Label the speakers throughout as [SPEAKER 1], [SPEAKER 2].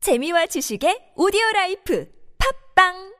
[SPEAKER 1] 재미와 지식의 오디오 라이프 팝빵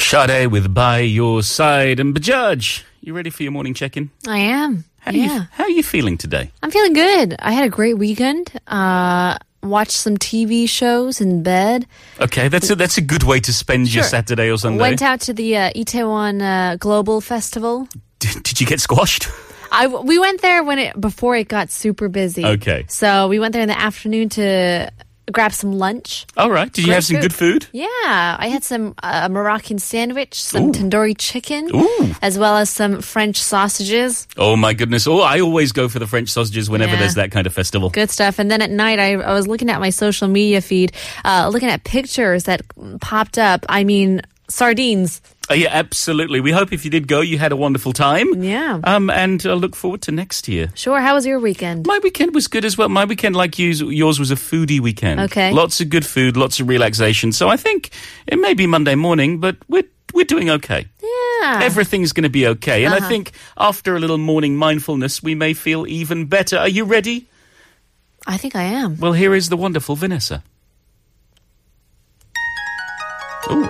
[SPEAKER 2] Sade with By Your Side and Bajaj. You ready for your morning check-in?
[SPEAKER 3] I am.
[SPEAKER 2] How,
[SPEAKER 3] yeah.
[SPEAKER 2] are, you, how are you feeling today?
[SPEAKER 3] I'm feeling good. I had a great weekend. Uh, watched some TV shows in bed.
[SPEAKER 2] Okay, that's a, that's a good way to spend your
[SPEAKER 3] Sure.
[SPEAKER 2] Saturday or Sunday.
[SPEAKER 3] Went out to the uh, Itaewon uh, Global Festival.
[SPEAKER 2] Did, did you get squashed?
[SPEAKER 3] I w- we went there when it before it got super busy.
[SPEAKER 2] Okay.
[SPEAKER 3] So we went there in the afternoon to grab some lunch.
[SPEAKER 2] All right. Did you
[SPEAKER 3] Great
[SPEAKER 2] have some good food?
[SPEAKER 3] Yeah, I had some uh, Moroccan sandwich, some tandoori chicken,
[SPEAKER 2] Ooh.
[SPEAKER 3] as well as some French sausages.
[SPEAKER 2] Oh my goodness! Oh, I always go for the French sausages whenever
[SPEAKER 3] Yeah.
[SPEAKER 2] there's that kind of festival.
[SPEAKER 3] Good stuff. And then at night, I, I was looking at my social media feed, uh, looking at pictures that popped up. I mean, sardines.
[SPEAKER 2] Oh, yeah, absolutely. We hope if you did go, you had a wonderful time.
[SPEAKER 3] Yeah.
[SPEAKER 2] Um, and I look forward to next year.
[SPEAKER 3] Sure. How was your weekend?
[SPEAKER 2] My weekend was good as well. My weekend, like yours, yours was a foodie weekend.
[SPEAKER 3] Okay.
[SPEAKER 2] Lots of good food, lots of relaxation. So I think it may be Monday morning, but we're we're doing okay.
[SPEAKER 3] Yeah. Uh-huh.
[SPEAKER 2] Everything's going to be okay. And I think after a little morning mindfulness, we may feel even better. Are you ready?
[SPEAKER 3] I think I am.
[SPEAKER 2] Well, here is the wonderful Vanessa. Ooh,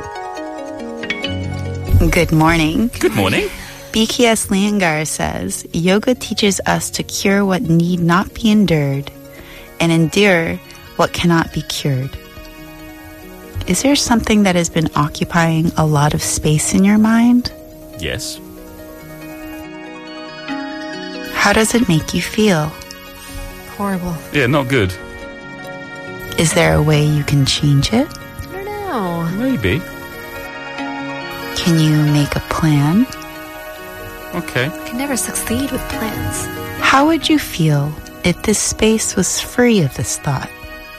[SPEAKER 4] Good morning.
[SPEAKER 2] good morning.
[SPEAKER 4] BKS Langar says yoga teaches us to cure what need not be endured and endure what cannot be cured. Is there something that has been occupying a lot of space in your mind?
[SPEAKER 2] Yes.
[SPEAKER 4] How does it make you feel?
[SPEAKER 3] Horrible.
[SPEAKER 2] Yeah, not good.
[SPEAKER 4] Is there a way you can change it?
[SPEAKER 3] I don't know.
[SPEAKER 2] Maybe.
[SPEAKER 4] Can you make a plan?
[SPEAKER 2] Okay.
[SPEAKER 3] I can never succeed with plans.
[SPEAKER 4] How would you feel if this space was free of this thought?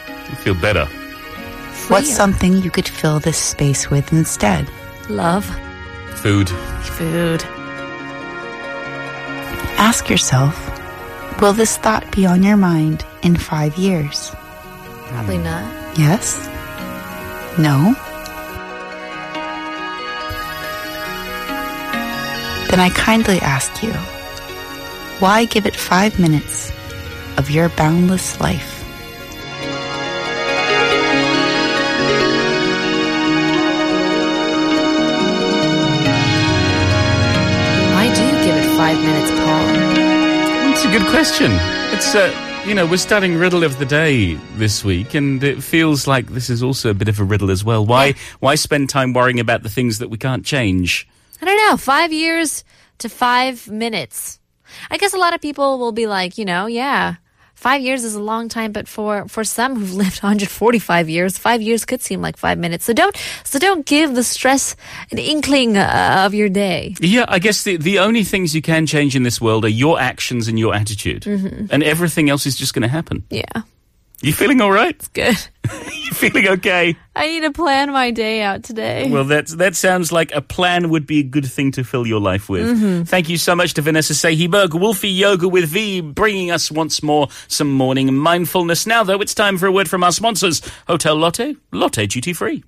[SPEAKER 2] I feel better.
[SPEAKER 4] What's
[SPEAKER 3] Free of
[SPEAKER 4] something you could fill this space with instead?
[SPEAKER 3] Love,
[SPEAKER 2] Food.
[SPEAKER 3] food.
[SPEAKER 4] Ask yourself, will this thought be on your mind in five years?
[SPEAKER 3] Probably not.
[SPEAKER 4] Yes? No? Then I kindly ask you, why give it five minutes of your boundless life?
[SPEAKER 3] Why do you give it five minutes, Paul?
[SPEAKER 2] That's a good question. It's uh, you know, we're studying riddle of the day this week, and it feels like this is also a bit of a riddle as well. Why why spend time worrying about the things that we can't change?
[SPEAKER 3] I don't know. Five years to five minutes. I guess a lot of people will be like, you know, yeah. Five years is a long time, but for, for some who've lived 145 years, five years could seem like five minutes. So don't so don't give the stress an inkling uh, of your day.
[SPEAKER 2] Yeah, I guess the the only things you can change in this world are your actions and your attitude, and everything else is just going to happen.
[SPEAKER 3] Yeah,
[SPEAKER 2] You feeling all right?
[SPEAKER 3] good.
[SPEAKER 2] You feeling okay?
[SPEAKER 3] I need to plan my day out today.
[SPEAKER 2] Well, that's that sounds like a plan would be a good thing to fill your life with. Thank you so much to Vanessa Sehiberg, Wolfie Yoga with V, bringing us once more some morning mindfulness. Now, though, it's time for a word from our sponsors: Hotel Lotte, Lotte Duty Free.